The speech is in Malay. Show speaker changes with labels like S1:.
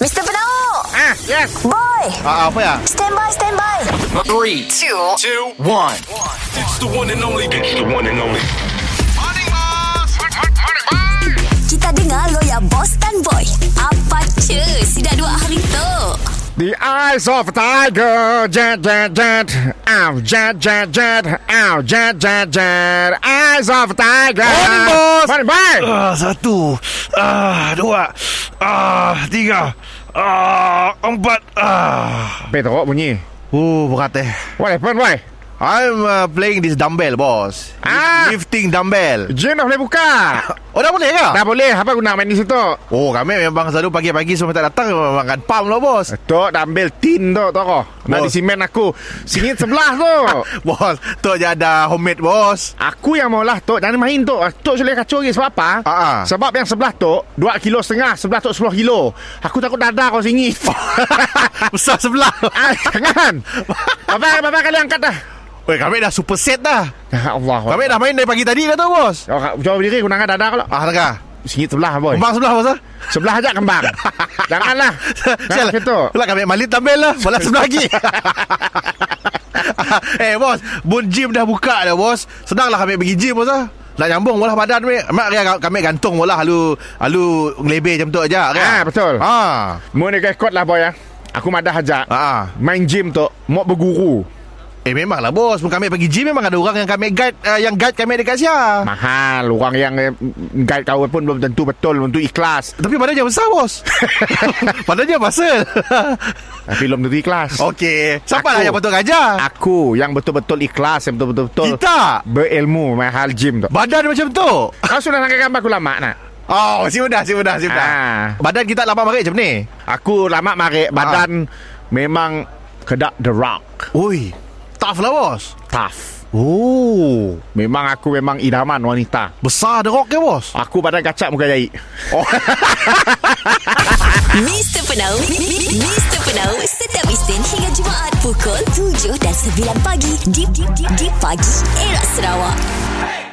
S1: Mr. Penau
S2: Ah, yes.
S1: Boy
S2: Ah, apa ya?
S1: Stand by, stand by
S3: Three,
S1: Two
S3: two, one.
S4: It's the one and only. It's the one and only.
S1: Kita dengar lo ya Boss dan Boy Apa cuy Si dah dua hari tu
S2: The eyes of a tiger. Jet, jet, jet. Ow, jet, jet, jet. Ow, jet, jet, jet. Eyes of a tiger. Morning, boss. Morning, bye.
S5: Ah, satu. Ah, dua. Ah, tiga. Ah, empat. Ah.
S2: Tapi teruk bunyi.
S5: Oh, berat eh.
S2: What happened, why?
S5: I'm uh, playing this dumbbell, boss.
S2: Ah.
S5: Lifting dumbbell.
S2: Gym dah boleh buka.
S5: Oh, dah boleh ke?
S2: Dah boleh. Apa guna main di situ?
S5: Oh, kami memang selalu pagi-pagi semua tak datang memang akan pam lah, bos.
S2: Tok dah ambil tin tu tu kau. Nak
S5: Bos.
S2: disimen aku. Sini sebelah tu.
S5: Bos, tu je ada homemade, bos.
S2: Aku yang maulah Tok Jangan main Tok Tok sulit kacau lagi Sebab apa
S5: Ah, ah.
S2: Sebab yang sebelah Tok 2 kilo setengah Sebelah Tok 10 kilo Aku takut dada kau singit
S5: Besar sebelah.
S2: Ah, Jangan Bapak Bapak kali angkat dah
S5: Weh, kami dah super set dah.
S2: Ya Allah
S5: Kami dah main dari pagi tadi dah tu, bos.
S2: Oh, kau- Jawab diri Aku angkat dada kau lah
S5: Ah, Naga.
S2: Singit sebelah boy
S5: Kembang sebelah, bos. ah.
S2: Sebelah aja kembang Janganlah Jangan
S5: Sial
S2: gitu
S5: Lah kami malit tampil lah Malah sebelah lagi Eh bos Bun gym dah buka dah bos Senanglah kami pergi gym bos lah nak nyambung bola badan kami Mak ya, kami gantung bola Lalu Lalu ngelebih macam tu aja kan?
S2: Ah, betul.
S5: ah.
S2: Mu ni rekod lah boy ya Aku madah aja
S5: Ah.
S2: Main gym tu Mau berguru
S5: Eh memanglah bos Kami pergi gym Memang ada orang yang kami guide uh, Yang guide kami dekat Sia
S2: Mahal Orang yang eh, Guide kau pun Belum tentu betul Belum tentu ikhlas
S5: Tapi badannya besar bos Badannya besar
S2: Tapi belum tentu ikhlas
S5: Okey Siapa
S2: Aku.
S5: lah yang patut ajar
S2: Aku yang betul-betul ikhlas Yang betul-betul
S5: Kita
S2: Berilmu Mahal gym tu
S5: Badan macam tu
S2: Kau sudah nak gambar aku lama nak
S5: Oh, si mudah, si mudah, si mudah.
S2: Ah.
S5: Badan kita lapan marik macam ni.
S2: Aku lama marik Badan Memang Kedak the rock
S5: Ui, tough lah bos.
S2: Tough
S5: Oh,
S2: Memang aku memang idaman wanita
S5: besar The Rock ke bos?
S2: Aku badan kacak muka jahit
S1: Mr. Penau Mr. Penau Setiap Isnin hingga Jumaat Pukul 7 dan 9 pagi Di, di, di, di pagi Era Sarawak